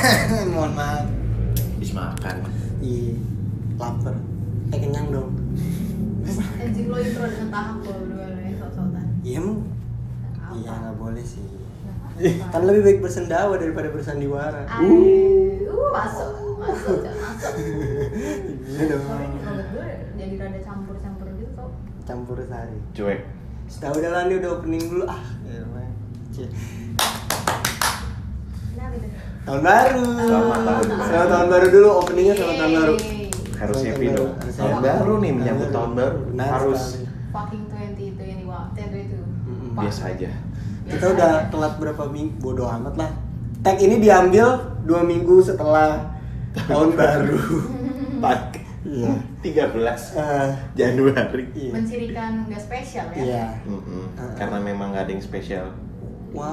Iya. mohon maaf Habis makan. iya lapar eh kenyang dong anjing lo intro dengan tahap lo berdua lo ya sot-sotan iya emang Apa? iya nggak boleh sih Nggak kan apa-apa. lebih baik bersendawa daripada bersandiwara Aduh, uh, masuk, masuk, Cak, masuk. iya dong Sorry nih kalau gue jadi rada campur-campur gitu tau. campur sari Cuek. Hmm. sudah udah lah ini udah opening dulu ah ya Allah. Cie. Nah gitu. tahun baru Selamat tahun baru. selamat tahun baru dulu openingnya selamat tahun baru Yeay. Harus Tahun happy baru, dong. harus Tahun happy. baru nih menyambut tahun baru. Benar Harus sekali. Fucking 20 itu yang dibawa, 20 itu. Mm-mm. Fuck. biasa aja. kita udah telat berapa minggu bodoh amat lah tag ini diambil dua minggu setelah tahun baru Pak. Iya. 13 Eh, Ah. Januari. Ah. iya Mencirikan nggak spesial ya. iya Mm-mm. Uh-uh. Karena memang gak ada yang spesial.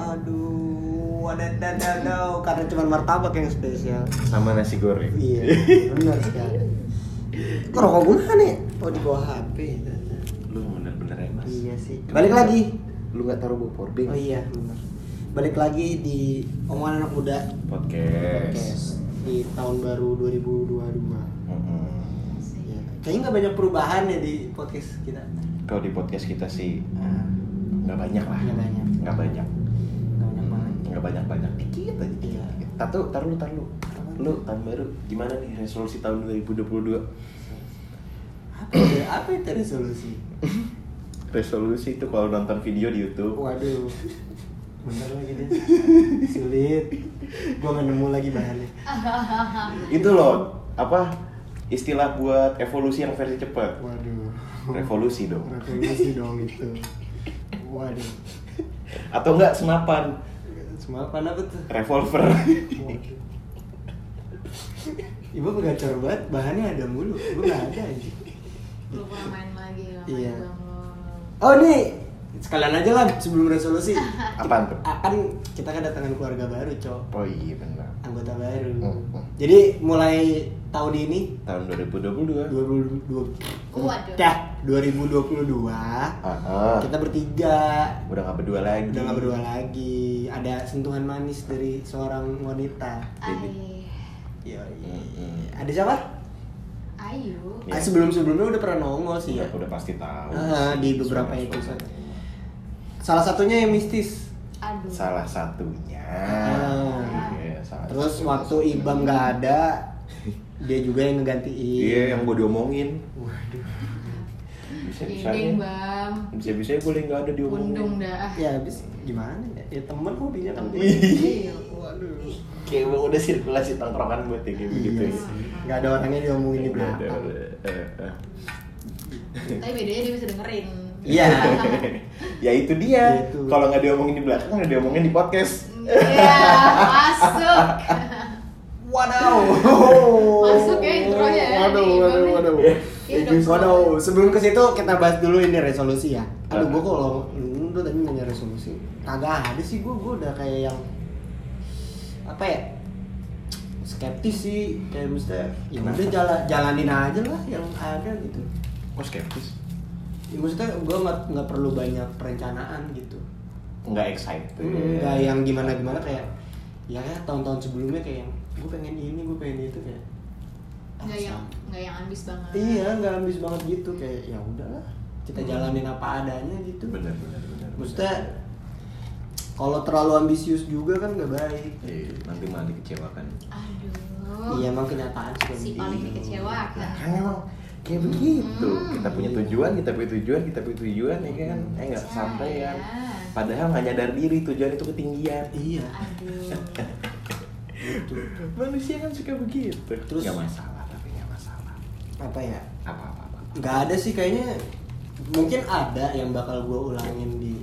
waduh wadadadadau karena cuma martabak yang spesial Sama nasi goreng. iya benar sekali kok rokok gue mana ya? oh di bawah HP Lu bener-bener ya mas. iya sih Kenapa? balik lagi Lu gak taruh bawa power bank? oh iya benar balik lagi di omongan anak muda Podcast. podcast di tahun baru 2022 Mm-mm. Iya. Kayaknya nggak banyak perubahan ya di podcast kita. Kalau di podcast kita sih Ah. eh, nggak banyak lah. Nggak banyak. Nggak banyak. Nggak banyak banget. Nggak banyak banyak. Dikit aja. Iya. dikit. Taruh, taruh, taruh. Apaan? Lu tahun baru gimana nih resolusi tahun 2022? Apa ya? Apa itu resolusi? Resolusi itu kalau nonton video di YouTube. Waduh. Bener lagi deh. Sulit. Gua nggak nemu lagi bahannya. Itu loh apa istilah buat evolusi yang versi cepat. Waduh. Revolusi dong. Revolusi dong itu. Waduh. Atau enggak senapan Semua apa apa tuh? revolver. Waduh. Ibu pegacor banget, bahannya ada mulu. Gua nggak ada aja. Lu kurang main lagi, nggak main Iya. bang lo. Oh nih, sekalian aja lah sebelum resolusi. Apaan tuh? Akan kita kan kedatangan keluarga baru, cok. Oh iya benar. anggota baru. Mm-mm. Jadi mulai tahun ini Tahun 2022. 2022 Waduh. dah 2022 Ah, ah. kita bertiga udah nggak berdua lagi. udah nggak berdua lagi. Ada sentuhan manis dari seorang wanita. Ay, Iya. Mm-mm. Ada siapa? ayu. Hmm, Iya. sebelum sebelumnya udah pernah nongol sih Udah, ya. udah pasti tahu. Ah, di beberapa Suara-suara. episode. Salah satunya yang mistis. Aduh. Salah satunya. Ah. Iya, salah Terus satunya. waktu Ibam nggak ada, dia juga yang ngegantiin. Iya, yang gue diomongin. Waduh. Iya, Dinding Bisa-bisanya. bang, Bisa-bisanya gue nggak ada diomongin. undung dah. Ah, Ya habis gimana ya? Ya temen hobinya kan. Temen. Iya. Waduh. Kayak emang udah sirkulasi tongkrongan buat yang kayak begitu. Iya ya. sih. Nggak ada orangnya diomongin di Udah, udah, belakang. udah. Eh, eh. Tapi bedanya dia bisa dengerin. Iya. ya itu dia. Gitu. Kalau nggak diomongin di belakang, udah diomongin di podcast. Iya, masuk. Waduh. Masuk ya intronya ya, Waduh, di waduh, Ibam waduh. nih. Iya, dong. Waduh, sebelum ke situ kita bahas dulu ini resolusi ya. Aduh, gua kalau lu lu tadi nanya resolusi, kagak ada sih gua, gua udah kayak yang apa ya? skeptis sih kayak mestinya ya udah jala- jalanin aja lah yang ada gitu Kok skeptis? ya maksudnya gue nggak nggak perlu banyak perencanaan gitu Nggak excited. Hmm, nggak yang gimana gimana kayak ya kayak tahun-tahun sebelumnya kayak yang gue pengen ini gue pengen itu kayak ah, Nggak yang sama. nggak yang ambis banget. iya nggak habis banget gitu kayak ya udahlah kita jalanin apa adanya gitu Hmm. Bener, bener, bener. maksudnya kalau terlalu ambisius juga kan nggak baik Iya, nanti malah dikecewakan. Aduh. iya emang kenyataan sih Oh. kayak gitu. Si begitu. paling Hmm. dikecewakan. Kan emang kayak begitu. Hmm. Kita punya Iya. tujuan, kita punya tujuan, kita punya tujuan ya kan. Hmm. Eh nggak Ya, sampai ya. ya. Padahal nggak nyadar diri tujuan itu ketinggian. iya Aduh. gitu Manusia kan suka begitu. Terus- nggak masalah, tapi nggak masalah. apa ya Apa apa apa. nggak ada sih kayaknya mungkin ada yang bakal gue ulangin di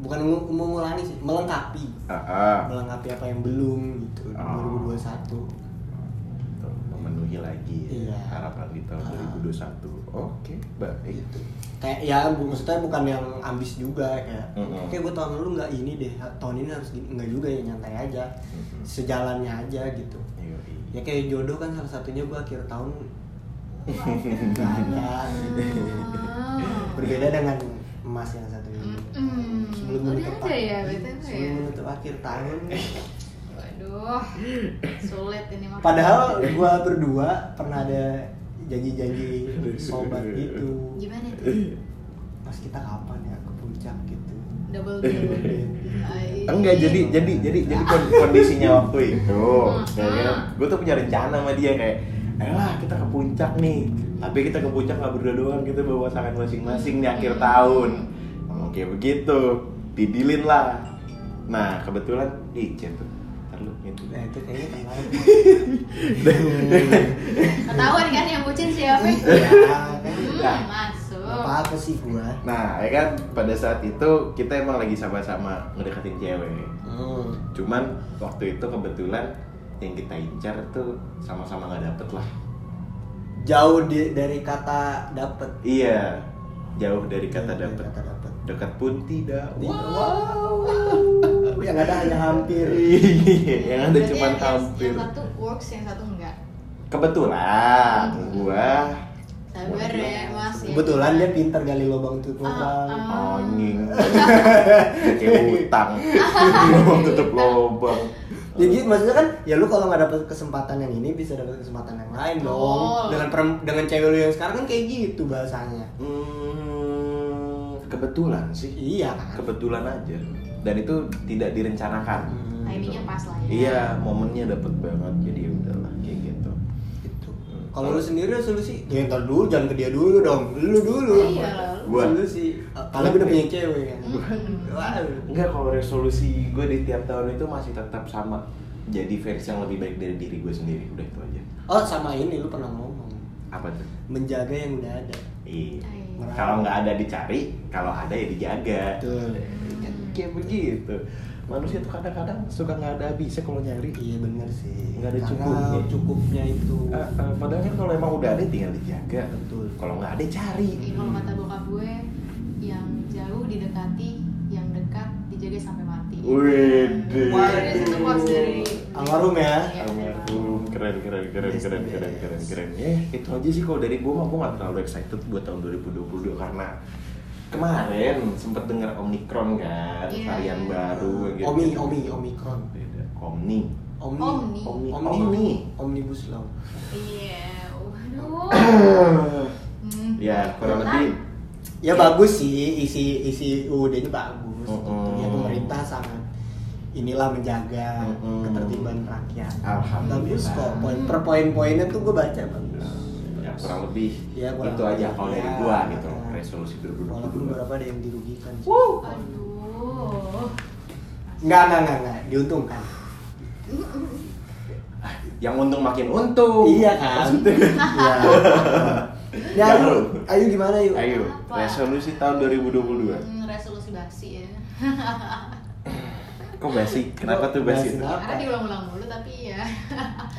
bukan mau mengulangi sih melengkapi Ah, ah. melengkapi apa yang belum gitu di Ah. 2021 Tuh, Gitu, memenuhi lagi Iya. harapan di tahun Ah. 2021. Oke, gitu. baik. kayak ya bu- maksudnya bukan yang ambis juga kayak Mm-mm. oke gue tahun lalu nggak ini deh tahun ini harus gini." nggak juga ya nyantai aja Mm-mm. sejalannya aja gitu Yoi. ya kayak jodoh kan salah satunya gue akhir tahun nggak ada Hmm. berbeda dengan emas yang satu ini Mm-mm. sebelum Udah menutup ada ya, akhir- BTW ya? sebelum menutup akhir tahun Aduh, sulit ini mah. Padahal gua berdua pernah ada janji-janji sobat gitu. gimana Eh, itu? Pas kita kapan ya ke puncak gitu. Double date. Ai. Enggak, jadi jadi jadi jadi kon- kondisinya waktu itu, ya kan? Hmm. Gue tuh punya rencana sama dia kayak, ayolah kita ke puncak nih. Tapi kita ke puncak nggak berdua doang, kita bawa pasangan masing-masing di akhir tahun. Oke begitu, didilin lah. Nah kebetulan licin tuh, terlalu gitu. Nah itu kayaknya kemarin. Ketahuan kan yang bucin siapa? Iya, kan? Nah. Hmm, Gak masuk. apa-apa sih gua. Nah ya kan pada saat itu kita emang lagi sama-sama ngedekatin cewek. Hmm. Cuman waktu itu kebetulan yang kita incar tuh sama-sama nggak dapet lah. Jauh di- dari kata dapet. Iya, Iya, jauh dari kata Dari dapat. Kata dapet. Dekat pun tidak. Tidak. Wow. Yang ada hanya hampir. Iya, yang ada Berarti cuma yang- hampir. Yang satu works, yang satu enggak. Kebetulan Hmm. gua Sabar ya, Mas. ya. Kebetulan dia pintar gali lubang tutup lubang. Ah, ah. anjing. Kayak utang. Lubang tutup lubang. Jadi maksudnya kan ya lu kalau nggak dapet kesempatan yang ini bisa dapet kesempatan yang lain dong. Betul. Dengan perem- dengan cewek lu yang sekarang kan kayak gitu bahasanya. Hmm, kebetulan sih. Iya kan. Kebetulan aja. Dan itu tidak direncanakan. Hmm, Timingnya pas lah ya. Iya, momennya dapet banget. Jadi ya udahlah kayak gitu. gitu. Kalau lu sendiri resolusi, ya ntar dulu jangan ke dia dulu dong. Lu dulu. Iya lah, lu. Gua. Resolusi. Apalagi udah punya cewek kan. Hmm. Waduh. Enggak, kalau resolusi gue di tiap tahun itu masih tetap sama. Jadi versi yang lebih baik dari diri gue sendiri. Udah itu aja. Oh sama ini lu pernah ngomong Apa tuh? menjaga yang udah ada. Iya. Ai. Merah. Kalau nggak ada dicari, kalau ada ya dijaga. Betul. Kan Kayak begitu. Manusia tuh kadang-kadang suka nggak ada habisnya kalau nyari. Iya bener sih. Nggak ada Karena cukupnya. cukupnya itu. Eh, eh, padahal kan kalau emang udah ada tinggal dijaga. Betul. Kalau nggak ada cari. Ini kalau kata bokap gue, yang jauh didekati, yang dekat dijaga sampai mati. Wede. Waduh, itu quotes dari Almarhum ya? Iya, bener banget. Almarhum keren keren keren keren keren keren keren ya itu aja sih kalau dari gue mah gue nggak terlalu excited buat tahun 2022 karena kemarin sempet dengar omikron kan Iya. varian baru gitu Omi, Omi, Omikron. Beda. omni Omni. Omni. Omni. Omni. Omnibus Law. Iya, waduh. Hmm. ya kurang lebih Ya bagus sih isi isi UUD ini bagus. Mm-mm. Ya pemerintah sangat inilah menjaga Mm-mm. ketertiban rakyat. Alhamdulillah. Bagus kan? kok. Poin per poin-poinnya tuh gue baca bagus. ya kurang lebih Ya, kurang itu aja lebih. kalau dari Ya. gue gitu resolusi Walaupun 2022 berapa ada yang dirugikan. sih. Aduh. Enggak, enggak, enggak, enggak. diuntungkan. yang untung makin untung Iya kan? Iya. Ya, Jangan ayo, lu. ayo gimana yuk? ayo Apa? resolusi tahun 2022 Hmm, resolusi basi ya. kok basi kenapa tuh basi Basi tuh? Apa? Karena diulang-ulang mulu tapi ya.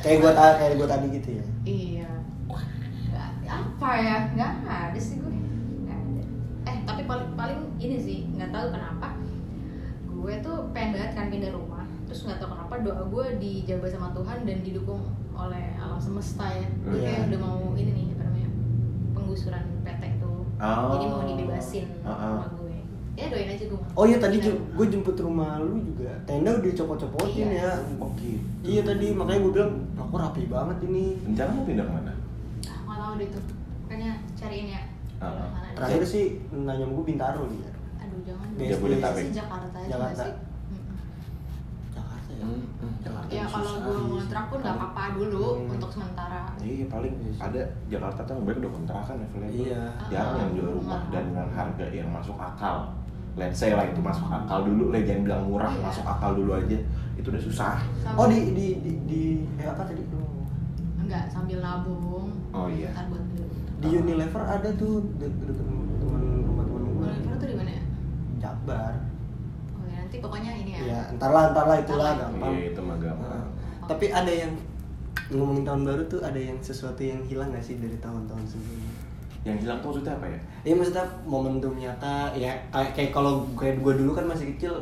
Kayak gua ta- kayak gua tadi gitu ya. Iya. Nggak- Apa ya? Nggak ada sih gue. Nggak ada. Eh tapi paling paling ini sih nggak tahu kenapa. Gue tuh pengen banget kan pindah rumah. Terus nggak tahu kenapa doa gue dijaga sama Tuhan dan didukung oleh alam semesta ya. Gue Iya. kayak udah mau ini nih apa namanya penggusuran PT tuh. Jadi mau dibebasin Heeh. sama gue. Ya doain aja gue. Uh-uh. Nah. Oh iya tadi Pindah ju- rumah. gua jemput rumah lu juga. Tenda udah copot-copotin Iya. ya. Oke. Iya tadi makanya gua bilang, "Lah, kok rapi banget ini." Rencana mau pindah kemana? Ah, nggak tahu deh tuh. Makanya cariin ya. Heeh. Mana ada. Terakhir sih nanya sama gua Bintaro ya. dia. Aduh jangan. Dia Jabodetabek. Sih, Jakarta aja nggak Jakarta. sih? Mm-mm. Jakarta ya. Hmm, hmm. Jakarta Ya susah kalau gue sih. ngontrak pun nggak apa-apa dulu Hmm. untuk sementara. Iya paling ada Jakarta tuh yang baik udah kontrakan levelnya. Iya. Jarang Ya, yang jual rumah dan dengan harga yang masuk akal. Let's say lah itu masuk akal dulu, lah jangan bilang murah, Iya. masuk akal dulu aja. Itu udah susah. Sambil, Oh di di di, di eh, apa tadi? Oh. Enggak sambil nabung. Oh iya. Ntar buat beli rumah. Di Unilever ada tuh de- de- deket teman rumah teman gua. Bolivar tuh di mana ya? Jabar. Oh ya nanti pokoknya ini ya. Iya, entarlah entarlah itulah Apa? gampang. Iya itu mah gampang. Nah, Tapi ada yang ngomongin tahun baru tuh ada yang sesuatu yang hilang gak sih dari tahun-tahun sebelumnya? Yang hilang tuh maksudnya apa ya? Iya maksudnya momentum nyata ya kayak, kayak kalau kayak gue dulu kan masih kecil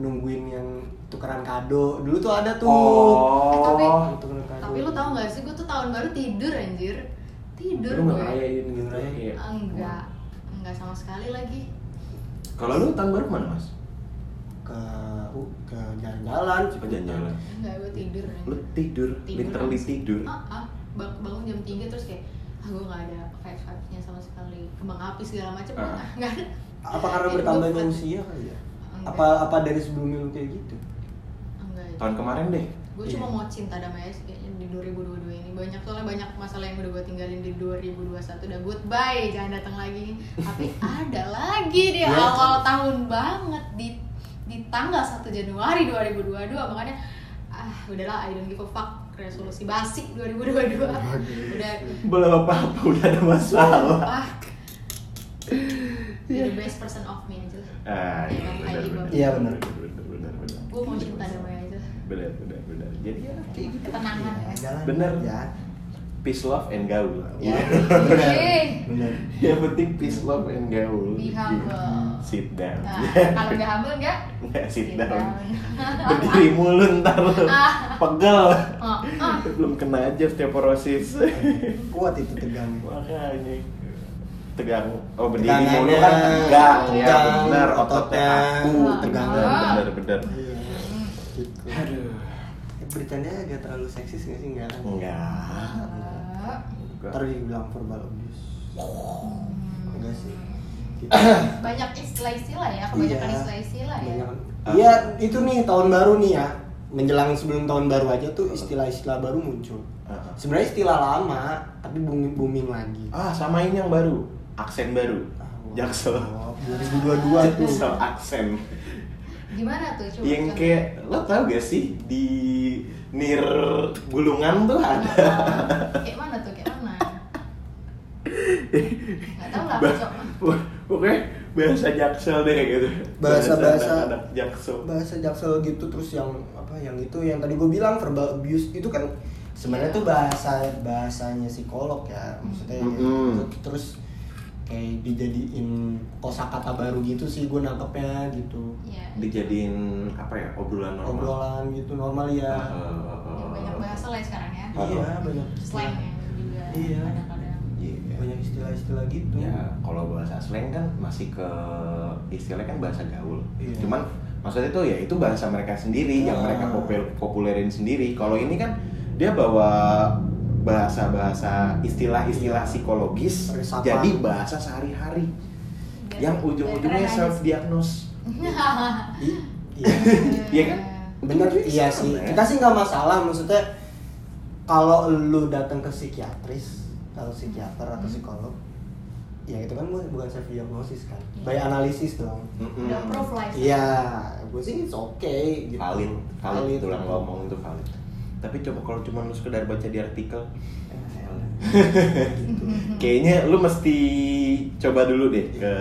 nungguin yang tukeran kado dulu tuh ada tuh Eh, tapi Oh. tukeran kado. tapi lu tau gak sih gue tuh tahun baru tidur anjir. Tidur Lu nggak gue. ngerayain gitu ya? Iya. Ah, Enggak. Enggak sama sekali lagi. Kalau lu tahun baru mana mas? ke aku ke jalan-jalan Ke jalan-jalan. Enggak, gue tidur Lu tidur, Tidur. literally tidur. ah, ah, bang- bangun jam 3 terus kayak ah gue gak ada five five nya sama sekali kembang api segala macam Ah. ah. nggak ada apa karena Jadi bertambahnya gue- usia kali ya Enggak. apa apa dari sebelumnya lu kayak gitu enggak Tahun kemarin deh. gue cuma Iya. mau cinta damai aja sih kayaknya di 2022 ini banyak soalnya banyak masalah yang udah gue tinggalin di 2021 udah goodbye jangan datang lagi tapi ada lagi di Iya. awal tahun banget di di tanggal 1 Januari 2022 makanya ah udahlah I don't give a fuck resolusi basi 2022 udah Belum apa-apa udah ada masalah. ah Be the best person of me aja lah Ah, Ya kan, iya I give benar. up. Iya, benar. Benar, benar, benar. gue mau ya, cinta damai aja lah. Benar, benar, benar. Jadi ya kayak gitu. ketenangan Ya, ya jalan Bener. Iya. ya Peace, love, and gaul. ya Bener. bener Yang penting peace, love, and gaul. Iya. Be humble. Sit down. nah kalau nggak humble nggak Sit down. Berdiri mulu ntar lu. Pegel. Oh, oh. Belum kena aja osteoporosis. kuat itu tegangnya Makanya tegang. Oh berdiri Tegangannya, mulu kan tegang. Ya tegang, benar ototnya ototnya. kaku. Tegang. Benar, benar. iya gitu Aduh. Eh, beritanya agak terlalu seksis nggak sih nggak kan Enggak. Enggak. ntar dibilang verbal abuse enggak sih Hmm. gitu. banyak istilah-istilah ya kebanyakan Iya. istilah-istilah ya Banyak. Ah. Iya, itu nih tahun baru nih ya. Menjelang sebelum tahun baru aja tuh istilah-istilah baru muncul. Uh-uh. Sebenarnya istilah lama tapi booming booming lagi. Ah, sama ini yang baru. Aksen baru. Jaksel. Oh, 2022 tuh. Jaksel aksen. gimana tuh coba Yang contoh. kayak lo tau gak sih di nir gulungan tuh ada kayak mana tuh kayak mana nggak tahu lah Ba- cok pok- pokoknya bahasa jaksel deh gitu. Bahasa- bahasa- anak jaksel. Bahasa jaksel gitu terus yang apa yang itu yang tadi gue bilang verbal abuse itu kan sebenarnya tuh bahasa bahasanya psikolog ya. Maksudnya Mm-mm. ter- terus kayak dijadiin kosakata baru gitu sih gue nangkepnya gitu. Iya. Dijadiin apa ya obrolan normal. Obrolan gitu normal ya. Ya, banyak bahasa lah sekarang ya Iya, banyak slang ya, juga Iya. kadang-kadang Iya. banyak istilah-istilah gitu Ya, kalau bahasa slang kan masih ke istilahnya kan bahasa gaul. Iya. Cuman maksudnya itu ya itu bahasa mereka sendiri yang Ah. mereka popul- populerin sendiri. Kalau ini kan dia bawa bahasa-bahasa Iya. istilah-istilah psikologis Resapan. jadi bahasa sehari-hari Biar- yang biar ujung-ujungnya keren aja self sih. diagnose. I- iya Iya kan? bener iya sih kita sih nggak masalah maksudnya kalau lu datang ke psikiatris kalau psikiater atau psikolog ya itu kan bu- bukan self diagnosis kan by analisis dong Mm-mm. udah proof lah istilahnya. Hmm. iya gue sih it's okay gitu Valid, valid, tulang ngomong itu valid. Tapi coba kalau cuma lu sekedar baca di artikel, Hmm. Eh, gitu. Kayaknya lu mesti coba dulu deh ke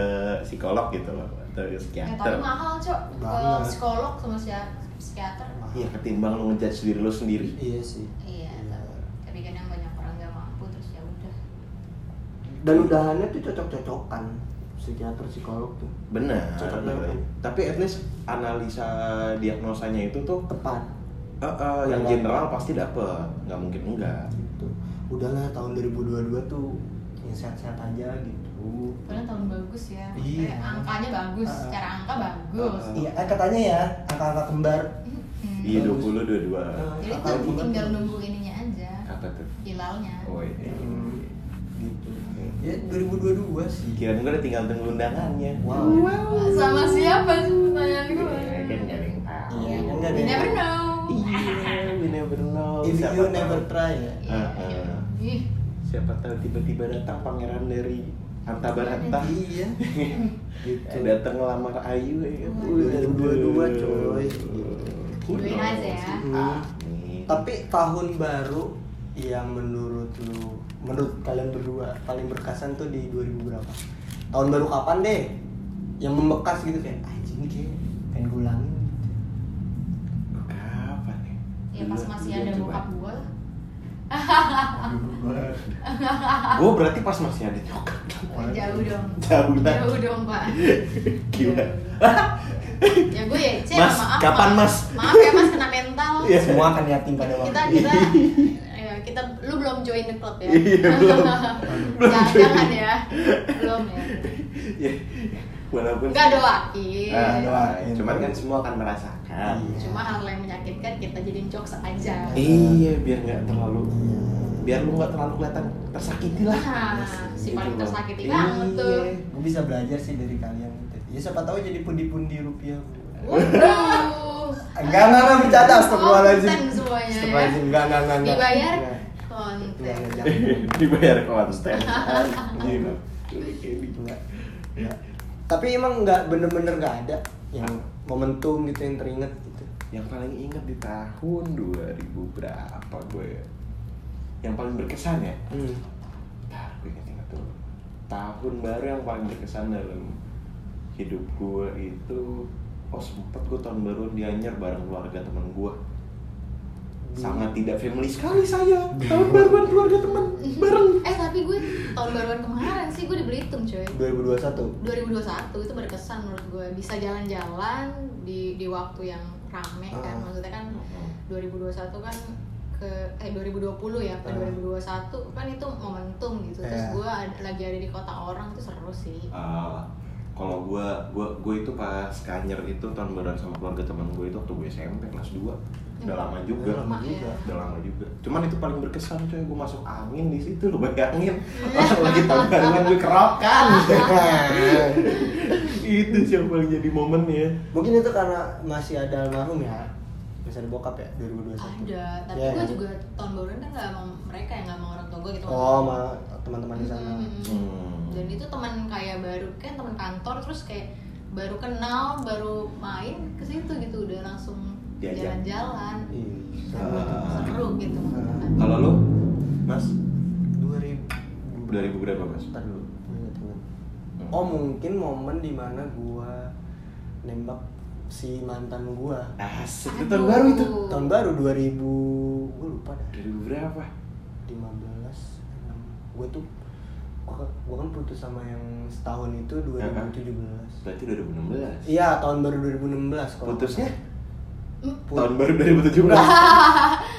psikolog gitu loh atau ya, ke tapi psikiater. mahal cok ke Banget. psikolog sama psia- psikiater Iya ketimbang lu ngejudge diri lu sendiri. iya sih iya Iya. tapi kadang banyak orang nggak mampu terus ya udah dan udahannya tuh cocok-cocokan psikiater psikolog tuh Benar. Cocok banget. Tapi at least analisa diagnosanya itu tuh tepat eh, eh, yang general pasti dapet, nggak mungkin enggak. gitu udahlah tahun 2022 tuh yang sehat-sehat aja gitu padahal tahun bagus ya Iya. Eh, angkanya bagus Ah. secara angka bagus Ah. iya eh, katanya ya angka-angka kembar Mm-mm. Iya Bagus. 20 22. jadi Angka tuh kembar tinggal tuh. nunggu ininya aja Apa tuh? hilalnya Oh iya. Hmm, gitu ya 2022 sih Kirain gue udah tinggal tunggu undangannya. Wow. Wah, sama siapa sih pertanyaan Iya, gue Kan nggak ada yang tahu. Iya, kan nggak ada you yang never know Iya, we never know. if Siapa you tahu. never try ya Iya. Ah, ah. Ih, siapa tahu tiba-tiba datang pangeran dari Antabaranta iya gitu eh, datang ngelamar Ayu ya kan? Waduh, 2022, coy. Who Doain knows? aja ya. Hmm. Amin. tapi tahun baru yang menurut lu menurut kalian berdua paling berkesan tuh di 2000 berapa tahun baru kapan deh yang membekas gitu kayak anjing kayak pengen gue ulangin gitu. kapan ya? ya pas masih ada bokap gue lah Gue berarti pas masih ada nyokap. jauh dong Jauh lah. jauh dong pak Gila. Jauh. ya gue ya Cek, Mas, maaf kapan, Pak. Mas? maaf ya mas kena mental Iya. semua akan yatim pada kita waktu kita ya, kita lu belum join the club ya Iya, belum. Belum jangan, join. jangan ya belum ya Ya, walaupun Gak doain. Nah, doain. cuman kan semua akan merasakan Iya. Cuma hal yang menyakitkan kita jadiin jokes aja. iya biar nggak terlalu Iya. biar lu nggak terlalu kelihatan tersakiti lah Nah, si Gitu paling loh. tersakiti banget Iya. tuh. Gue bisa belajar sih dari kalian. Ya siapa tahu jadi pundi-pundi rupiah. Waduh. Enggak, enggak, enggak bercanda. Astagfirullahaladzim. Konten Oh, semuanya ya. Astagfirullahaladzim, enggak, enggak, enggak. enggak. Dibayar Iya. Enggak. konten. Enggak, enggak, jangan. dibayar konten Anjing, lu. Kayak Enggak. Enggak. Tapi emang enggak bener-bener enggak ada yang momentum gitu yang teringat gitu. yang paling inget di tahun 2000 berapa gue ya? yang paling berkesan ya Hmm. Bentar, gue inget-inget dulu. tahun baru yang paling berkesan dalam hidup gue itu oh sempet gue tahun baru di Anyer bareng keluarga teman gue sangat tidak family sekali saya tahun baruan keluarga teman bareng Eh tapi gue tahun baruan kemarin sih gue di Belitung coy. 2021. 2021 itu berkesan menurut gue bisa jalan-jalan di di waktu yang rame kan Ah. maksudnya kan 2021 kan ke eh 2020 ya ke Ah. 2021 kan itu momentum gitu terus Iya. gue ad- lagi ada di kota orang itu seru sih Ah, kalau gue gue gue itu pas kanyer itu tahun baruan sama keluarga teman gue itu waktu gue SMP kelas 2 udah lama juga Udah lama Mak, juga. ya. udah lama juga cuman itu paling berkesan coy gue masuk angin di situ lo bayangin orang lagi tabaran gue kerokan Nah. itu sih yang paling jadi momen ya Mungkin itu karena masih ada almarhum ya. Masih ada bokap ya 2021. ada tapi Iya, gue kan? juga tahun baruan kan gak sama mereka ya gak sama orang tua gue gitu Oh, sama teman-teman di sana. Mm-mm. Hmm. dan itu teman kayak baru kan teman kantor terus kayak baru kenal baru main ke situ gitu udah langsung Diajak. jalan-jalan Iya. Ah. seru gitu Ah. kalau lo mas 2000 2000 berapa mas Hmm. Ntar dulu, ingat-ingat. Oh mungkin momen dimana gua nembak si mantan gua asik itu tahun baru itu Aduh. tahun baru 2000 gua lupa dah 2000 berapa 15 gue tuh gua, gua kan putus sama yang setahun itu 2017 berarti 2016 iya tahun baru 2016 kalau putusnya Put- tahun baru 2017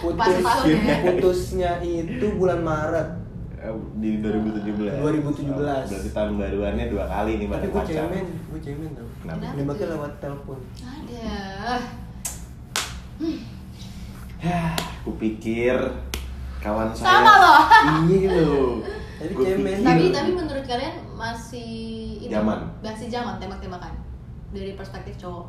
putus Pas tahun ya. putusnya itu bulan Maret Eh, di 2017 2017. Oh, berarti tahun baruannya dua kali nih tapi bareng gue pacar cemen gue cemen tau Kenapa? Kenapa? nembaknya lewat telepon Iya. ada Hah, kupikir Ya, kawan saya Sama loh. iya gitu Tapi Gua cemen. pikir- tapi tapi menurut kalian masih ini Zaman. masih zaman tembak-tembakan dari perspektif cowok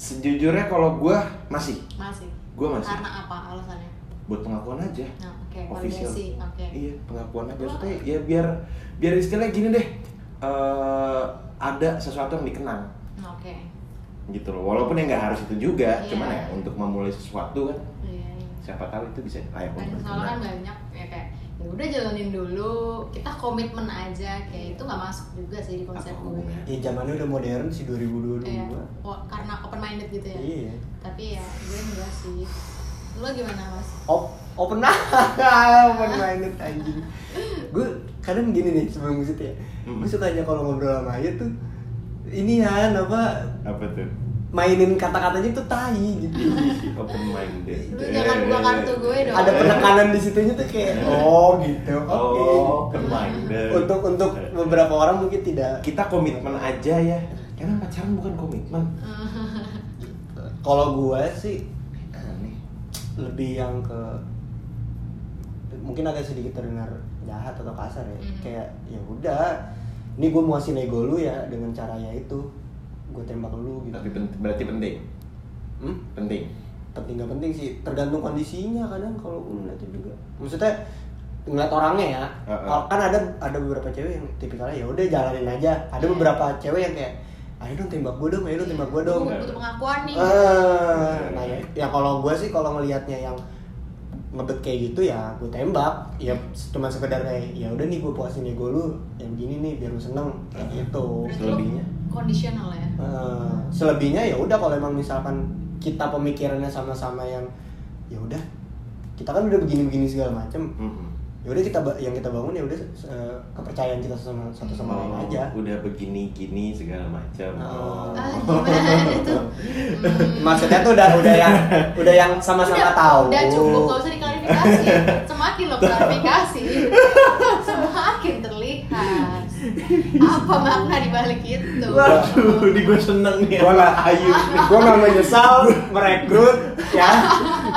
sejujurnya kalau gue masih masih Gua masih. karena apa alasannya buat pengakuan aja nah oke Official. validasi oke Oh. iya pengakuan aja Maksudnya ya biar biar istilahnya gini deh eh, ada sesuatu yang dikenang Nah, oke gitu loh walaupun ya nggak harus itu juga Iya. cuman ya untuk memulai sesuatu kan iya iya. siapa tahu itu bisa layak kan soalnya untuk kan dikenang. banyak ya kayak ya udah jalanin dulu kita komitmen aja kayak itu nggak masuk juga sih di konsep Apa gue hubungannya? ya zamannya udah modern sih 2022 Iya. Oh, karena open minded gitu ya iya tapi ya gue enggak sih lo gimana mas Op- open open minded anjing gue kadang gini nih sebelum musik ya Hmm. gue suka aja kalau ngobrol sama Ayu tuh ini ya apa apa tuh mainin kata-katanya tuh tai gitu open minded Lu jangan buka kartu gue dong. ada penekanan di situnya tuh kayak oh gitu oke oh open minded untuk untuk beberapa orang mungkin tidak kita komitmen aja ya karena pacaran bukan komitmen kalau gue sih aneh lebih yang ke mungkin agak sedikit terdengar jahat atau kasar ya Mhm. kayak ya udah ini gue mau ngasih nego lu ya dengan caranya itu gue tembak lu gitu tapi pen- berarti penting Hmm? penting penting nggak penting sih tergantung kondisinya kadang kalau gue ngeliatnya juga maksudnya ngeliat orangnya ya Heeh. Kalau- kan ada ada beberapa cewek yang tipikalnya ya udah jalanin aja ada Iya. beberapa cewek yang kayak ayo dong tembak gue dong ayo dong tembak gue dong Gue butuh pengakuan nih eh nah ya, ya kalau gue sih kalau ngelihatnya yang ngebet kayak gitu ya gue tembak ya cuma sekedar kayak ya udah nih gue puasin ego lu yang gini nih biar lu seneng kayak gitu Berarti lo selebihnya. kondisional ya Eh, selebihnya ya udah kalau emang misalkan kita pemikirannya sama-sama yang ya udah kita kan udah begini-begini segala macam Mm-mm. ya udah kita ba- yang kita bangun ya udah eh, kepercayaan kita sama satu sama lain Oh, aja udah begini gini segala macam Oh. ah gimana tuh Hmm. maksudnya tuh udah udah yang udah yang sama-sama udah, tahu udah cukup gak usah diklarifikasi semakin lo klarifikasi semakin terlihat apa makna dibalik itu Waduh, di gue seneng nih Gua nggak- Ayu gue nggak menyesal merekrut ya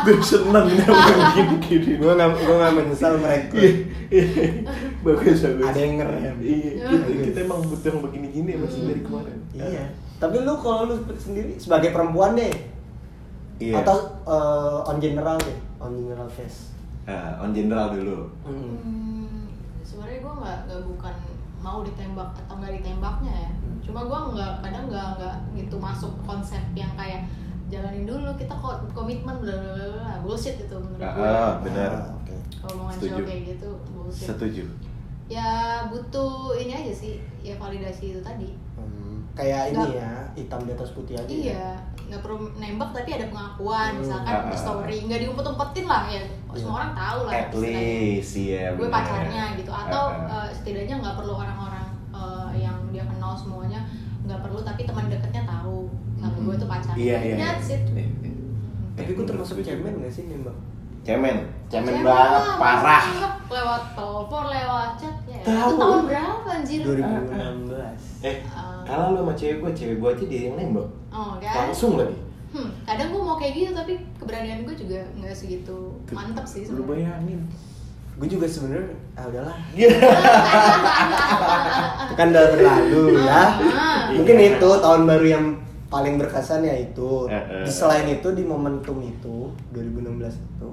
Gue seneng nih sama gini-gini gue nggak gue nggak menyesal merekrut Bagus, bagus ada yang ngerem Iya, kita, kita emang butuh yang begini-gini masih dari kemarin iya tapi lu kalau lu sendiri sebagai perempuan deh Iya. atau eh, on general deh on general case Eh, on general dulu Hmm. Hmm, sebenarnya gue nggak nggak bukan mau ditembak atau nggak ditembaknya ya Hmm. cuma gue nggak kadang nggak nggak gitu masuk konsep yang kayak jalanin dulu kita ko- komitmen bla bla bla bla. bullshit itu menurut gue Ah, benar. Ah, oke. kalau mau Setuju. ngajak kayak gitu bullshit Setuju ya butuh ini aja sih ya validasi itu tadi Hmm, kayak ini Nggak. ya hitam di atas putih aja ya. iya nggak perlu nembak tapi ada pengakuan Hmm. misalkan Ah. story nggak diumpet umpetin lah ya semua Iya. orang tahu lah At istilahnya. least, iya gue bener. pacarnya gitu atau Ah, ah. eh, setidaknya nggak perlu orang-orang eh, yang dia kenal semuanya nggak perlu tapi teman dekatnya tahu kalau gue tuh pacarnya Iya, iya iya. that's it Iya, iya. tapi gue termasuk Setuju. cemen gak sih nembak Cemen Cemen Cewek banget, lah, parah masa lewat telepon lewat chat ya Tahu. itu tahun berapa anjir 2016 Eh, kalah lu sama cewek gue, cewek gue aja dia yang nembak oh kan Langsung lagi hmm, kadang gue mau kayak gitu tapi keberanian gue juga nggak segitu mantep sih Lu sebenarnya bayangin gue juga sebenarnya ah udahlah Iya. itu kan udah berlalu ya Ah. mungkin Iya. itu tahun baru yang paling berkesan ya itu Eh, eh. di selain itu di momentum itu 2016 itu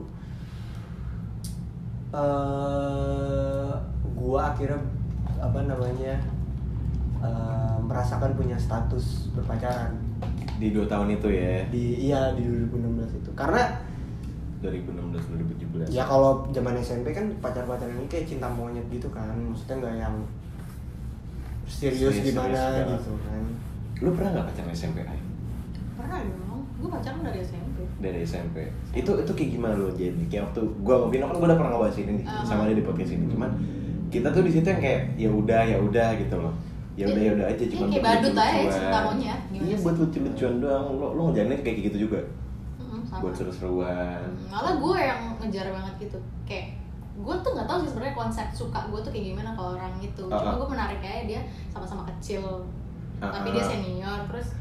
eh gua akhirnya apa namanya eh, merasakan punya status berpacaran Di 2 tahun itu ya di iya di 2016 itu karena 2016 2017 ya kalau zaman SMP kan pacar-pacaran ini kayak cinta monyet gitu kan maksudnya nggak yang serius, Serius-serius gimana segala. gitu kan Lu pernah nggak pacaran SMP Ay? pernah dong gue pacaran dari SMP dari SMP itu itu kayak gimana lo jadi kayak waktu gua sama Vino kan gua udah pernah ngebahas ini nih Uh-huh. sama dia di podcast ini cuman kita tuh di situ yang kayak ya udah ya udah gitu loh ya udah ya udah aja Ini cuman kayak buat badut aja lucu-lucuan. cinta monyet, gimana iya sih? buat lucu lucuan doang lo lo ngejalanin kayak gitu juga Mm-mm, Hmm, sama. buat seru seruan malah gue yang ngejar banget gitu kayak gue tuh nggak tahu sih sebenarnya konsep suka gue tuh kayak gimana ke orang itu cuma Uh-uh. gue menarik aja dia sama-sama kecil tapi dia senior terus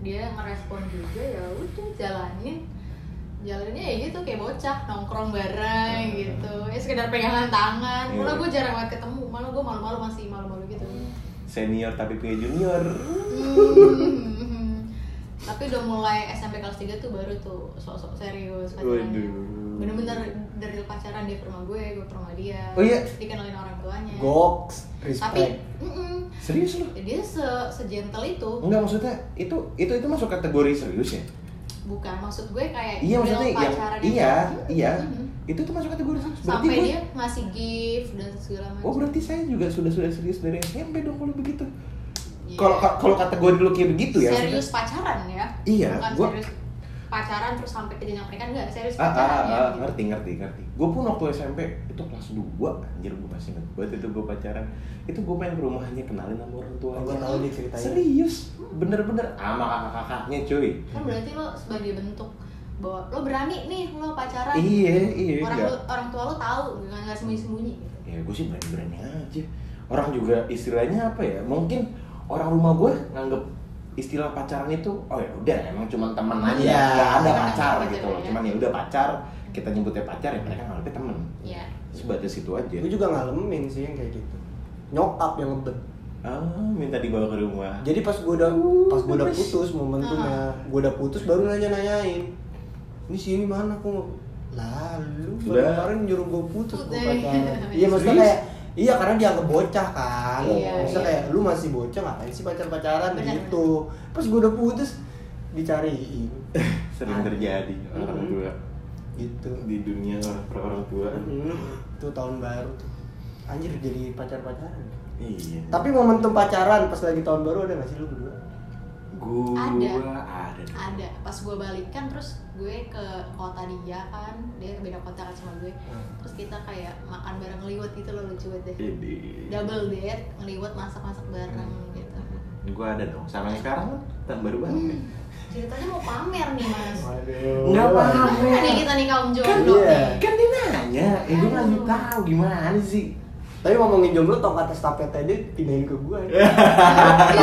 dia merespon juga ya udah jalanin jalannya ya gitu kayak bocah nongkrong bareng Uh-uh. gitu ya sekedar pegangan tangan Iya. Hmm. malah gue jarang banget ketemu malah gue malu-malu masih malu-malu gitu senior tapi punya junior Hmm. tapi udah mulai SMP kelas 3 tuh baru tuh sok-sok serius pacarannya bener-bener dari pacaran dia ke rumah gue, gue ke rumah dia Oh iya? dikenalin orang tuanya goks tapi respect mm-mm, Ya, serius lo dia se segentle itu Enggak maksudnya itu itu itu masuk kategori serius ya? bukan maksud gue kayak Iya model maksudnya yang pacaran yang- iya Mm-mm, iya mm-mm. itu tuh masuk kategori serius. Berarti sampai gue- dia ngasih gift dan segala macam Oh berarti saya juga sudah sudah serius dari SMP dong kalau begitu. Iya. Kalau kalau kategori lu kayak begitu ya. serius pacaran ya Iya, bukan gua- serius pacaran terus sampai ke jenjang pernikahan enggak serius Ah, ah, pacaran ah, ya ah, gitu. ngerti ngerti ngerti. Gue pun waktu SMP itu kelas 2 anjir gue masih inget banget itu gue pacaran. Itu gue main ke rumahnya kenalin sama orang tua. Oh, gue tahu nih ceritanya Serius, bener-bener sama kakak-kakaknya cuy. kan berarti lo sebagai bentuk bahwa lo berani nih lo pacaran Iya iya. orang nggak- lo, orang tua lo tahu nggak nggak sembunyi sembunyi gitu ya gue sih berani-berani aja orang juga istilahnya apa ya mungkin orang rumah gue nganggep istilah pacaran itu oh ya udah emang cuma teman aja Iya. nggak ada Teman pacar aja gitu gitu loh ya. cuman ya udah pacar kita nyebutnya pacar ya mereka nganggepnya temen Iya. sebatas itu aja gue juga ngalamin sih yang kayak gitu nyokap yang ngebet ah minta dibawa ke rumah jadi pas gue udah Uh, pas gue udah gemes. putus Ah. momentumnya gue udah putus baru nanya nanyain ini sini mana kok lalu baru Lah. kemarin nyuruh gue putus gue Udah. pacaran iya maksudnya Serius? kayak iya karena dia bocah kan Iya, maksudnya iya. kayak lu masih bocah ngapain sih pacar pacaran Benar, gitu pas gue udah putus dicariin sering terjadi orang Mm-mm. tua gitu di dunia orang orang tua Mm-mm. itu tahun baru tuh anjir jadi pacar pacaran iya tapi momentum pacaran pas lagi tahun baru ada nggak sih lu berdua gue Ada. ada ada pas gue balikan terus gue ke kota dia kan dia beda kota kan sama gue Hmm. terus kita kayak makan bareng ngeliwet gitu loh lucu banget Iya. deh ini double date ngeliwet masak masak bareng Hmm. gitu gue ada dong sama yang sekarang kan tahun baru banget ya. hmm, ceritanya mau pamer nih mas Kan Waduh. Nggak apa-apa. Gimana nih kita nih kaum jomblo Kan, iya. nih kan dia nanya, eh gue nggak tahu gimana sih Tapi ngomongin jomblo tongkat estafet tadi pindahin ke gua. Kan.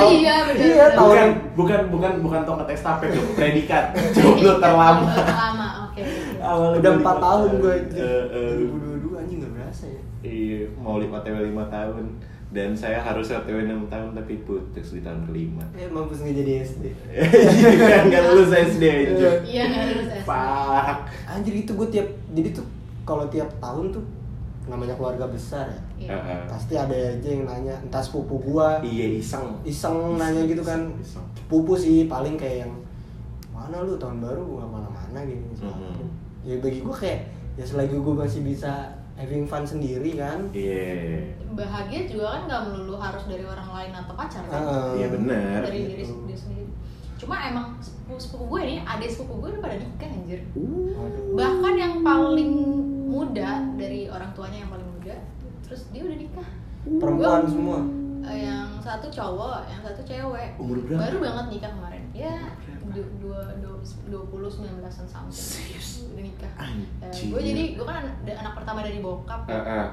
iya benar Iya, benar. tahu. bukan bukan bukan bukan tongkat estafet loh predikat jomblo terlama Lama, oke. Awalnya Udah 4 gua lima tahun gua itu. Eh, eh. 2022 anjing nggak berasa ya. iya mau lima TW lima tahun dan saya harus TW enam tahun tapi putus di tahun kelima Eh mampus nggak jadi SD. Iya, nggak lulus SD aja Iya, nggak lulus Eh. SD. Pak Anjir itu gua tiap jadi tuh kalau tiap tahun tuh namanya keluarga besar Iya. ya. Heeh. Pasti ada aja yang nanya, entah sepupu gua, iya iseng iseng nanya gitu kan. Iseng. Sepupu sih paling kayak yang mana lu tahun baru gua nggak mana-mana gitu. misalnya. Mhm. Ya bagi gua kayak ya selagi gua masih bisa having fun sendiri kan. iya Bahagia juga kan nggak melulu harus dari orang lain atau pacar kan. Heeh. iya benar dari gitu. diri sendiri sendiri. Cuma emang sepupu, sepupu gue nih, adik sepupu gue udah pada nikah anjir. Uh. Waduh. Bahkan yang paling muda dari orang tuanya yang paling muda, terus dia udah nikah. Perempuan Gua- semua. Eh, yang satu cowok, yang satu cewek. Umur berapa? Baru banget nikah kemarin. Ya, Berapa? du- dua, dua, dua puluh sembilan belasan something. serius Udah nikah. Eh, anjing gue jadi gue kan an- anak pertama dari bokap. ya. Heeh.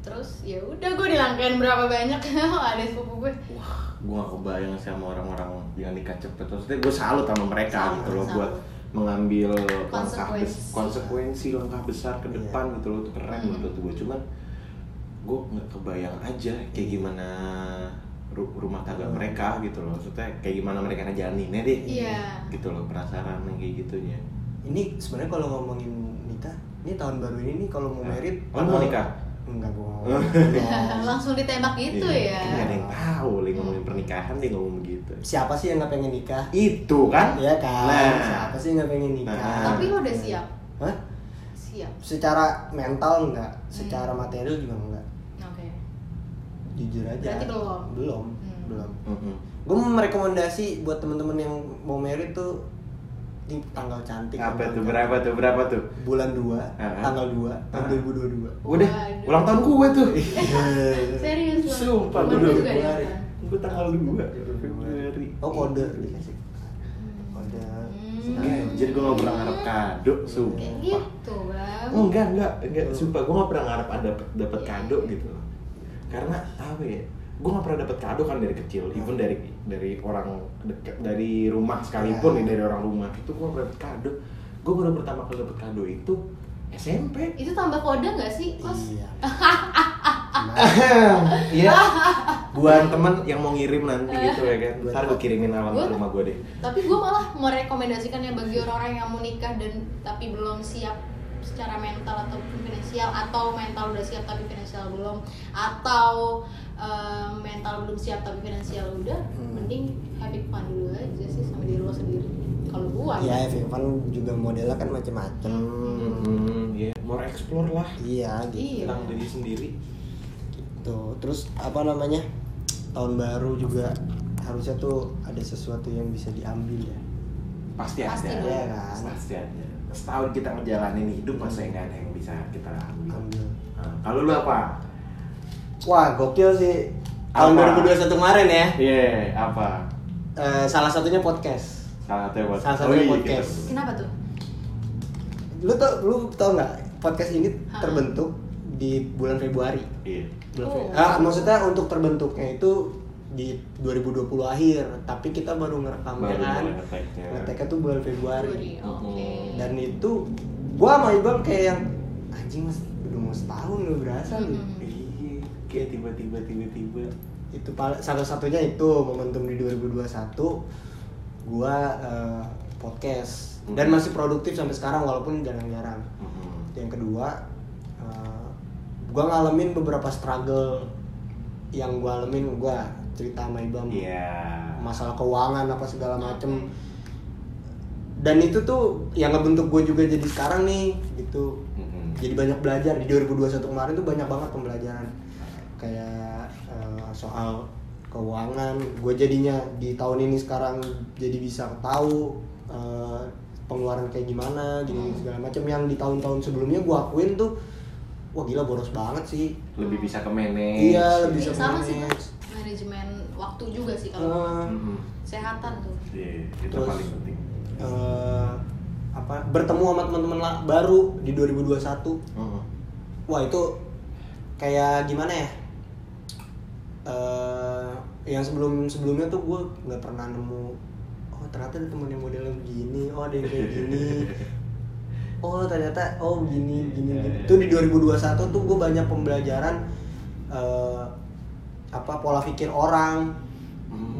Terus ya udah gue dilangkain berapa banyak ada sepupu gue. wah gue gak kebayang sama orang-orang yang nikah cepet maksudnya gue salut sama mereka Salut, gitu loh salut. buat mengambil langkah Konsekuensi. bes- konsekuensi langkah besar ke Iya. depan gitu loh itu keren Hmm. menurut gue cuman gue nggak kebayang aja kayak gimana ru- rumah tangga Hmm. mereka gitu loh maksudnya kayak gimana mereka ngejalaninnya deh Iya. gitu loh penasaran yang kayak gitunya Ini sebenarnya kalau ngomongin nikah, ini tahun baru ini nih kalau mau Nah, merit eh, oh, lu mau nikah? Enggak gua. mau. Langsung ditembak gitu Oh. Iya, kan nggak ada ya. yang tahu li ngomongin pernikahan dia ngomong begitu Siapa sih yang nggak pengen nikah? itu kan Iya kan? Nah. Siapa sih yang nggak pengen nikah? Nah. Tapi lo udah siap. Hah? Siap. Secara mental enggak, Hmm. secara material juga enggak. Oke. Jujur aja. Berarti belum? Belum. Hmm. Belum. Mm-mm. Gue merekomendasi buat temen-temen yang mau merit tuh di tanggal cantik. tanggal apa tuh cantik. berapa tuh berapa tuh Bulan 2, Ah. tanggal 2, tahun Ah. 2022. Udah, Waduh. ulang tahun gue tuh. Serius lo? Eh, Sumpah, Temen gue gue udah ya. juga ada. Februari. Gue tanggal 2 Februari. Oh kode dikasih. Kode. Hmm. Enggak, anjir gue gak pernah ngarep kado, Kayak sumpah. Oh, gitu bang. Enggak, enggak, enggak, sumpah gue gak pernah ngarep ada dapet, dapet kado gitu loh. Karena apa ya? Gue gak pernah dapet kado kan dari kecil, even dari dari orang dekat dari rumah sekalipun nih dari orang rumah itu gue gak pernah dapet kado. Gue baru pertama kali dapet kado itu SMP. Itu tambah kode nggak sih? Kos. Nah, Iya. Iya. buat temen yang mau ngirim nanti gitu ya kan. Ntar gue kirimin alamat Gua- rumah gue deh. Tapi gue malah merekomendasikan ya bagi orang-orang yang mau nikah dan tapi belum siap secara mental atau finansial atau mental udah siap tapi finansial belum atau eh, mental belum siap tapi finansial udah Hmm. mending happy fun dulu aja sih sama diri lo sendiri kalau gua Iya, Evan juga modelnya kan macam-macam. Hmm, ya more explore lah Iya, gitu. Iya. tentang diri sendiri. Tuh, terus apa namanya? Tahun baru juga harusnya tuh ada sesuatu yang bisa diambil ya. Pasti, Pasti ada. dong. Iya kan? Pasti ada. Setahun kita ngejalanin hidup masa nggak ada yang bisa kita ambil. Ambil. Nah, kalau lu apa? Wah, gokil sih. Tahun Apa? 2021 kemarin ya. Iya, apa? eh, salah satunya podcast. Salah satu buat Salah satunya Oh, iya, podcast. gitu. kenapa tuh Lu tau lu tau nggak podcast ini Hah? terbentuk di bulan Februari. Iya. Bulan Oh. Februari. Ah, maksudnya untuk terbentuknya itu di 2020 akhir, tapi kita baru ngerekamnya Baru kan. mulai ya. ngeteknya. Ngeteknya tuh bulan Februari. Oke. Hmm. dan itu gua sama Ibang kayak yang anjing mas udah mau setahun lu berasa lu Hmm. Iya, kayak tiba-tiba tiba-tiba. itu pal- satu-satunya itu momentum di 2021 gua eh, podcast dan Hmm. masih produktif sampai sekarang walaupun jarang-jarang Mm-mm. yang kedua eh, gua ngalamin beberapa struggle yang gua alamin gua cerita sama Ibang Iya. masalah keuangan apa segala macem dan itu tuh yang ngebentuk gue juga jadi sekarang nih gitu Mm-mm. jadi banyak belajar di 2021 kemarin tuh banyak banget pembelajaran kayak eh, soal keuangan gue jadinya di tahun ini sekarang jadi bisa tahu eh, pengeluaran kayak gimana gini segala macam yang di tahun-tahun sebelumnya gue akuin tuh wah gila boros banget sih Lebih bisa ke manage. Iya, lebih- Iya, bisa sama sih manage. Mas. manajemen waktu juga sih kalau Eh, Mm-mm. kesehatan tuh Mm-hmm. Iya, itu Terus- paling penting. eh, apa Mm-hmm. bertemu sama teman-teman la- baru di 2021 Mm-mm. Wah itu kayak gimana ya Eh, yang sebelum sebelumnya tuh gue nggak pernah nemu oh ternyata ada temen yang modelnya begini oh ada yang kayak gini oh ternyata oh begini begini begini itu di 2021 tuh gue banyak pembelajaran eh, apa pola pikir orang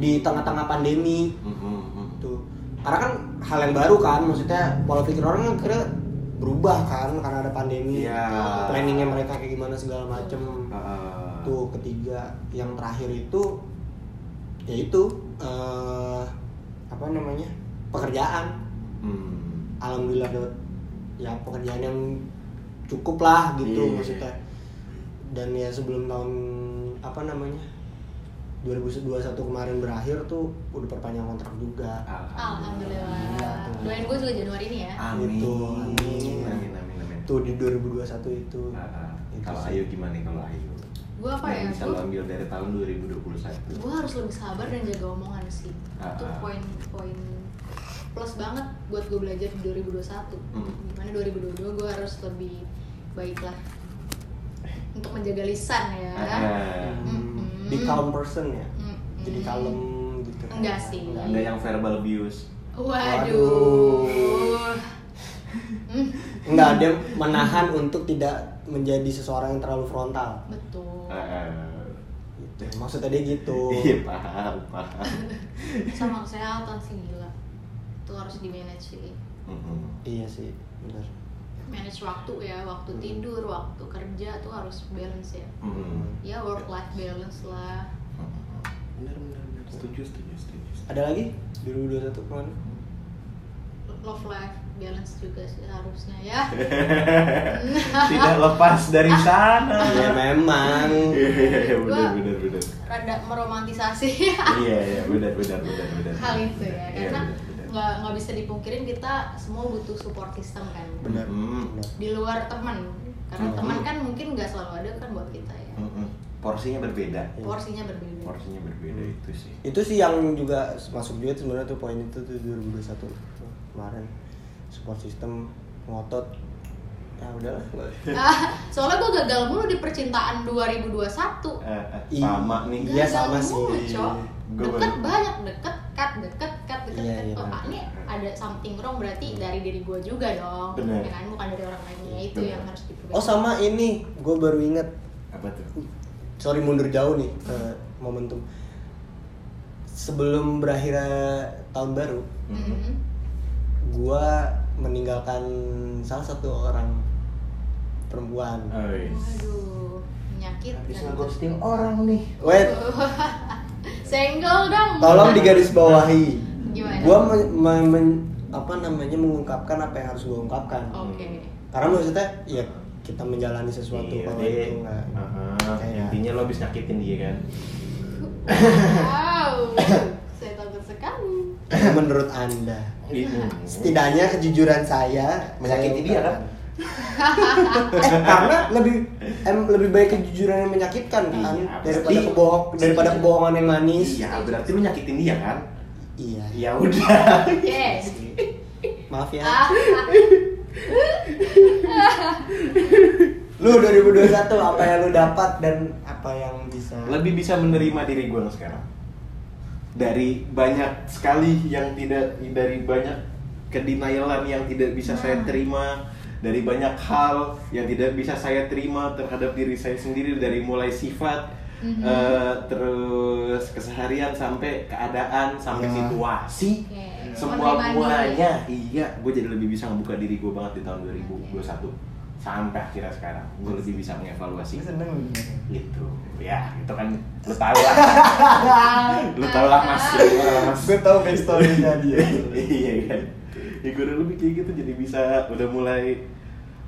di tengah-tengah pandemi Mm-hmm, tuh karena kan hal yang baru kan maksudnya pola pikir orang kan akhirnya berubah kan karena ada pandemi Iya. planningnya mereka kayak gimana segala macem tuh ketiga yang terakhir itu yaitu eh apa namanya pekerjaan Mm-hmm. alhamdulillah dapat ya pekerjaan yang cukup lah gitu Iya. maksudnya dan ya sebelum tahun apa namanya 2021 kemarin berakhir tuh udah perpanjang kontrak juga Iya, Alhamdulillah. tuh. Doain gue juga Januari nih ya. Amin. Gitu, Amin. amin. Amin. Amin. Amin. tuh di 2021 itu Ah, ah. Itu Kalau sih. Ayu gimana nih kalau Ayu? Gue Iya, apa Yang ya? Bisa lo Gue ambil dari tahun 2021. gue harus lebih sabar dan jaga omongan sih. Ah, Itu ah. poin-poin plus banget buat gue belajar di 2021. Hmm. Gimana 2022 gue harus lebih baik lah untuk menjaga lisan ya. Ah, Mm-mm. di calm Hmm. person ya Mm-mm. jadi kalem gitu Enggak sih. ah. Ada yang verbal abuse. Waduh. Waduh. Hmm, enggak ada yang menahan untuk tidak menjadi seseorang yang terlalu frontal betul. Ah, ah. gitu. maksudnya dia gitu Iya paham paham. Sama kesehatan sih gila. Itu harus di manage sih. Mm-mm. iya sih benar manage waktu ya waktu Hmm. tidur waktu kerja tuh harus balance ya Mm-mm. ya work life balance lah Benar benar benar. Setuju setuju setuju. setuju. ada lagi 2021 kemarin love life balance juga sih harusnya ya Tidak lepas dari sana. ya memang Iya benar Gua- benar benar. rada meromantisasi Iya iya benar benar benar benar. hal itu ya Iya, karena benar, benar. nggak nggak bisa dipungkirin kita semua butuh support system kan benar Oh, iya. Mm. benar. di luar teman karena Hmm. teman kan mungkin nggak selalu ada kan buat kita ya Oh, Mm-mm. Porsinya berbeda. iya. porsinya berbeda Porsinya berbeda itu sih. itu sih yang juga masuk juga tuh sebenarnya tuh poin itu tuh 2021 tuh, kemarin support system ngotot ya udahlah Ah, soalnya gue gagal mulu di percintaan 2021 Eh, eh, Ih. sama nih. Iya, sama Gagal mulu, sih. Cok. Gua deket baru- banyak deket cut deket cut deket Iya, cut iya, Kok, benar. Iya. ah, ini ada something wrong berarti dari diri gue juga dong Benar. ya kan bukan dari orang lainnya itu Benar. yang harus diperbaiki oh sama ini gue baru inget Apa tuh? sorry mundur jauh nih ke momentum sebelum berakhir eh, tahun baru Hmm. Mm-mm. gue meninggalkan salah satu orang perempuan Hmm. Oh, iya. waduh menyakit Habis ngeghosting orang nih. wait senggol dong tolong digaris bawahi Gimana? gue apa namanya mengungkapkan apa yang harus gue ungkapkan oke karena maksudnya ya kita menjalani sesuatu Iya, kalau deh. itu enggak Heeh. Kayak- Intinya lo habis nyakitin dia kan. wow saya takut sekali menurut anda Gitu. Iya, setidaknya kejujuran saya Menyakiti saya dia, kan? ungkapkan. eh karena lebih em, lebih baik kejujuran yang menyakitkan kan Iya, daripada pasti. kebohong daripada kebohongan yang manis Iya, berarti lo nyakitin dia kan? iya Ya udah. yes maaf ya ah, lu 2021 apa yang lu dapat dan apa yang bisa Lebih bisa menerima diri gue yang sekarang. Dari banyak sekali yang tidak dari banyak kedinayalan yang tidak bisa saya terima dari banyak hal yang tidak bisa saya terima terhadap diri saya sendiri dari mulai sifat Mhm. eh, terus keseharian sampai keadaan sampai Ya. situasi Oke. semua Menerima muanya iya gue jadi lebih bisa ngebuka diri gue banget di tahun 2021 sampai akhirnya sekarang gue lebih bisa mengevaluasi Lu seneng gitu ya itu kan lu tau lah lu tau lah mas lu tau lah mas gue tau backstorynya dia iya kan ya gue udah lebih kayak gitu jadi bisa udah mulai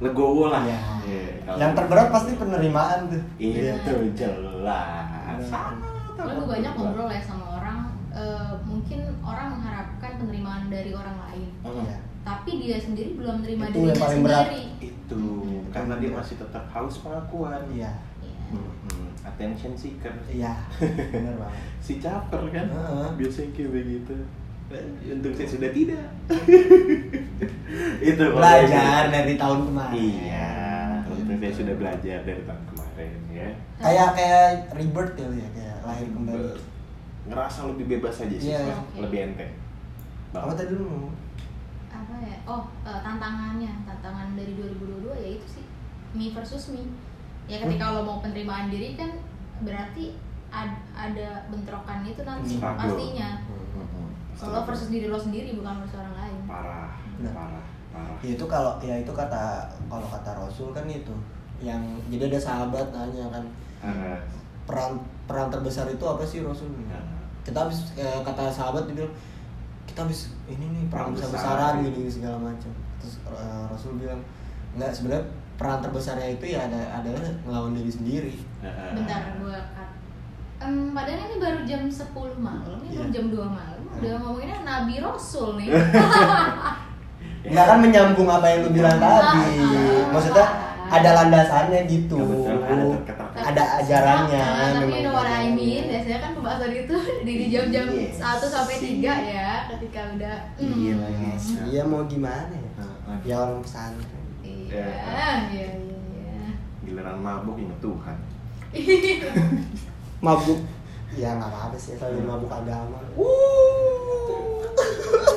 legowo lah Iya. Iya, kalau- yang terberat pasti penerimaan tuh iya tuh jelas Sama tuh. Lalu banyak ngobrol ya sama orang eh, mungkin orang mengharapkan penerimaan dari orang lain Hmm. Iya. tapi dia sendiri belum menerima Itu dirinya yang paling berat. sendiri itu karena dia masih tetap haus pengakuan iya Iya. Mhm. attention seeker iya bener banget si caper kan Heeh. biasanya kayak begitu Eh, untung saya sudah tidak itu belajar dari tahun kemarin Hmm. iya untung saya sudah belajar dari tahun kemarin keren ya kayak kayak rebirth ya lu ya kayak lahir kembali Ber- ngerasa lebih bebas aja sih Iya. sekarang. lebih enteng apa tadi lu ngomong? apa ya oh eh, tantangannya tantangan dari 2022 ya itu sih me versus me ya ketika lo mau penerimaan diri kan berarti ad- ada bentrokan itu nanti Struggle. pastinya Hmm, Mhm. lo versus diri lo sendiri bukan versus orang lain parah Nah. parah parah ya itu kalau ya itu kata kalau kata Rasul kan itu yang jadi ada sahabat nanya kan Heeh. peran peran terbesar itu apa sih Rasul kita habis eh, kata sahabat dia bilang kita habis ini nih perang Perang besar besar. besaran gini, gini gitu, segala macam terus eh, Rasul bilang nggak sebenarnya peran terbesarnya itu ya ada adalah ngelawan diri sendiri Heeh. bentar gue cut Em, padahal ini baru jam 10 malam ini baru Iya. jam 2 malam udah ngomonginnya Nabi Rasul nih Ya. nggak kan menyambung apa yang lu bilang Ah, tadi ah, maksudnya ah. ada landasannya gitu Ya, betul, ada keterkaitan. ada ajarannya Nah, tapi you memang know what I mean, ajarannya. biasanya kan pembahasan itu di di jam-jam Yes. 1 sampai 3 ya, ketika udah mm, Iya lah, guys. iya mau gimana ya ya orang pesantren Iya, Ya. iya, iya. giliran mabuk ingat Tuhan mabuk ya nggak apa-apa sih kalau dia mabuk agama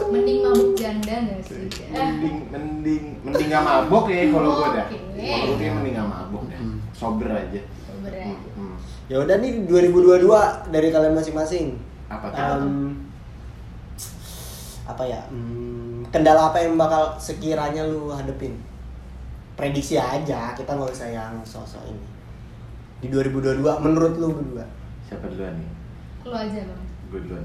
Mending mabuk janda gak sih? mending mending mending nggak mabuk ya kalau gue dah Oke. kalau gue mending nggak mabuk ya Hmm. Mhm. sober aja Berat. Mhm. ya udah nih 2022 dari kalian masing-masing apa tuh Em, apa ya hmm, kendala apa yang bakal sekiranya lu hadepin prediksi aja kita nggak usah yang sosok ini di 2022 menurut lu berdua siapa duluan nih Lu aja bang. gue duluan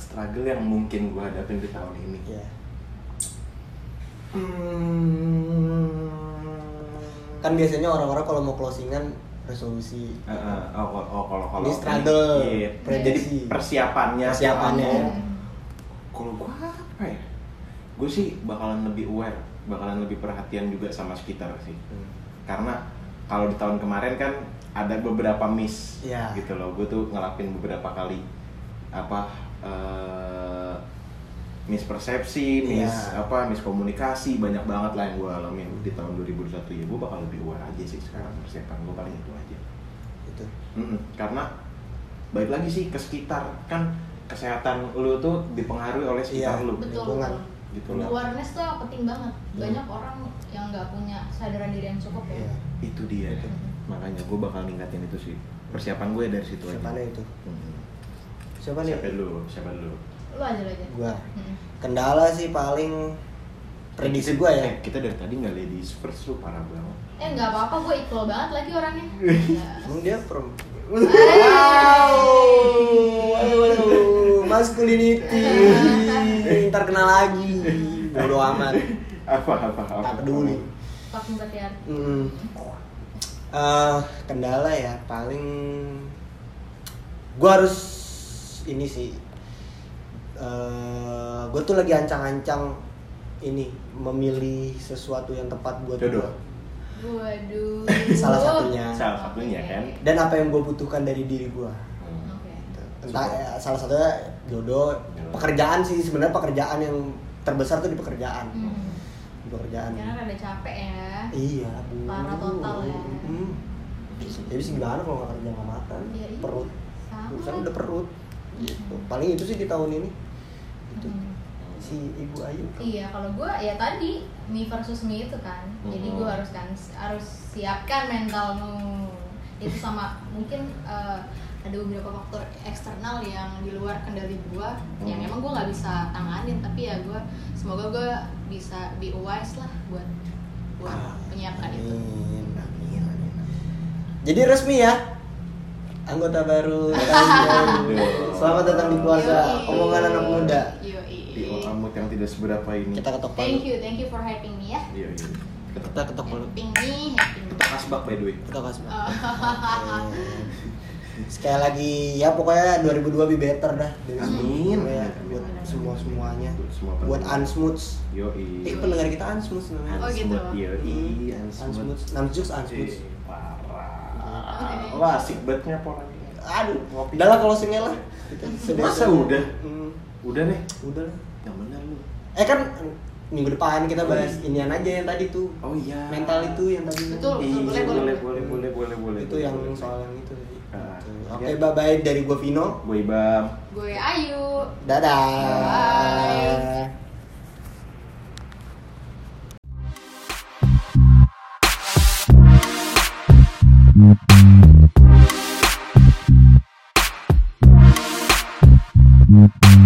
struggle yang mungkin gue hadapin di tahun ini ya Hmm. kan biasanya orang-orang kalau mau closingan resolusi Eh, eh, oh, oh, oh, kalau kalau Ini struggle, Iya. prediksi. Jadi persiapannya. Persiapannya. kalau mau- Kalau gua apa ya? Gua sih bakalan lebih aware, bakalan lebih perhatian juga sama sekitar sih. Hmm. Karena kalau di tahun kemarin kan ada beberapa miss Iya. gitu loh. Gue tuh ngelakuin beberapa kali apa eh mispersepsi, mis Iya. apa miskomunikasi banyak banget lah yang gue alamin di tahun 2021 ya gue bakal lebih aware aja sih sekarang persiapan gue paling itu aja gitu Mm-mm, karena balik lagi sih ke sekitar kan kesehatan lu tuh dipengaruhi oleh sekitar Iya. lu Betul. lingkungan, gitu loh Awareness tuh penting banget. Banyak orang yang nggak punya sadaran diri yang cukup ya. ya itu dia makanya gue bakal ningkatin itu sih persiapan gue dari situ siapa aja itu Mm-mm. siapa nih siapa dulu siapa dulu Lu aja lu aja. gua Mm. kendala sih paling prediksi gua ya Eh, kita dari tadi nggak ladies first lu parah banget Eh nggak apa-apa, gue iklo banget lagi orangnya. Emang dia from Wow. Waduh, masculinity. Ntar kena lagi. Bodo amat. apa apa apa Tak peduli. Fucking berarti Mm. Eh, kendala ya paling gua harus ini sih. Eh, gua tuh lagi ancang-ancang ini memilih sesuatu yang tepat buat Jodoh. gua. Waduh. Salah satunya. Salah satunya, kan? dan apa yang gue butuhkan dari diri gue Hmm. Oke. entah Syukur. ya, salah satunya jodoh Jodoh. pekerjaan sih sebenarnya pekerjaan yang terbesar tuh di pekerjaan Hmm. di pekerjaan Karena rada capek ya. iya Parah total ya. Hmm. jadi sih gimana kalau nggak kerja nggak makan Iya, iya. perut Sama. urusan udah perut gitu paling itu sih di tahun ini itu Hmm. si ibu ayu Iya, kalau gue ya tadi me versus me itu kan. Jadi Mhm. gue harus kan harus siapkan mentalmu. Itu sama mungkin eh, ada beberapa faktor eksternal yang di luar kendali gue yang Mhm. emang gue nggak bisa tanganin tapi ya gue semoga gue bisa be wise lah buat buat Ah, menyiapkan itu. Amin, amin, amin. jadi resmi ya anggota baru tahun baru. selamat datang di keluarga Yoi. omongan anak muda Yoi. di otakmu yang tidak seberapa ini kita ketok palu Thank you, thank you for hyping me ya. iya iya kita ketok palu Hyping me, hyping me. kita kasbak by the way kita kasih Oh. sekali lagi ya pokoknya 2002 be better dah dari Amin. sebelumnya ya, buat semua semuanya Iya, Buat semua buat pendengar. unsmoots Yoi. eh pendengar kita unsmoots namanya Oh, gitu. Unsmooth, Hmm, Yoi, unsmooth. unsmooth unsmooth unsmooth Ih, Parah. Oke. Eh, Wah, asik banget nih apa orangnya. aduh Ngopi. udah lah closingnya lah Masa udah? Hmm, Udah deh. udah lah Yang benar lu. eh kan minggu depan kita bahas inian aja yang tadi tuh Oh iya. mental itu yang tadi Betul. Iya, Oh, boleh, boleh, boleh. boleh, boleh, boleh, boleh. itu yang soal yang itu tadi. Ah, Gitu. ya. oke bye bye dari gua Vino Gue Ibam. Gue Ayu. dadah Bye.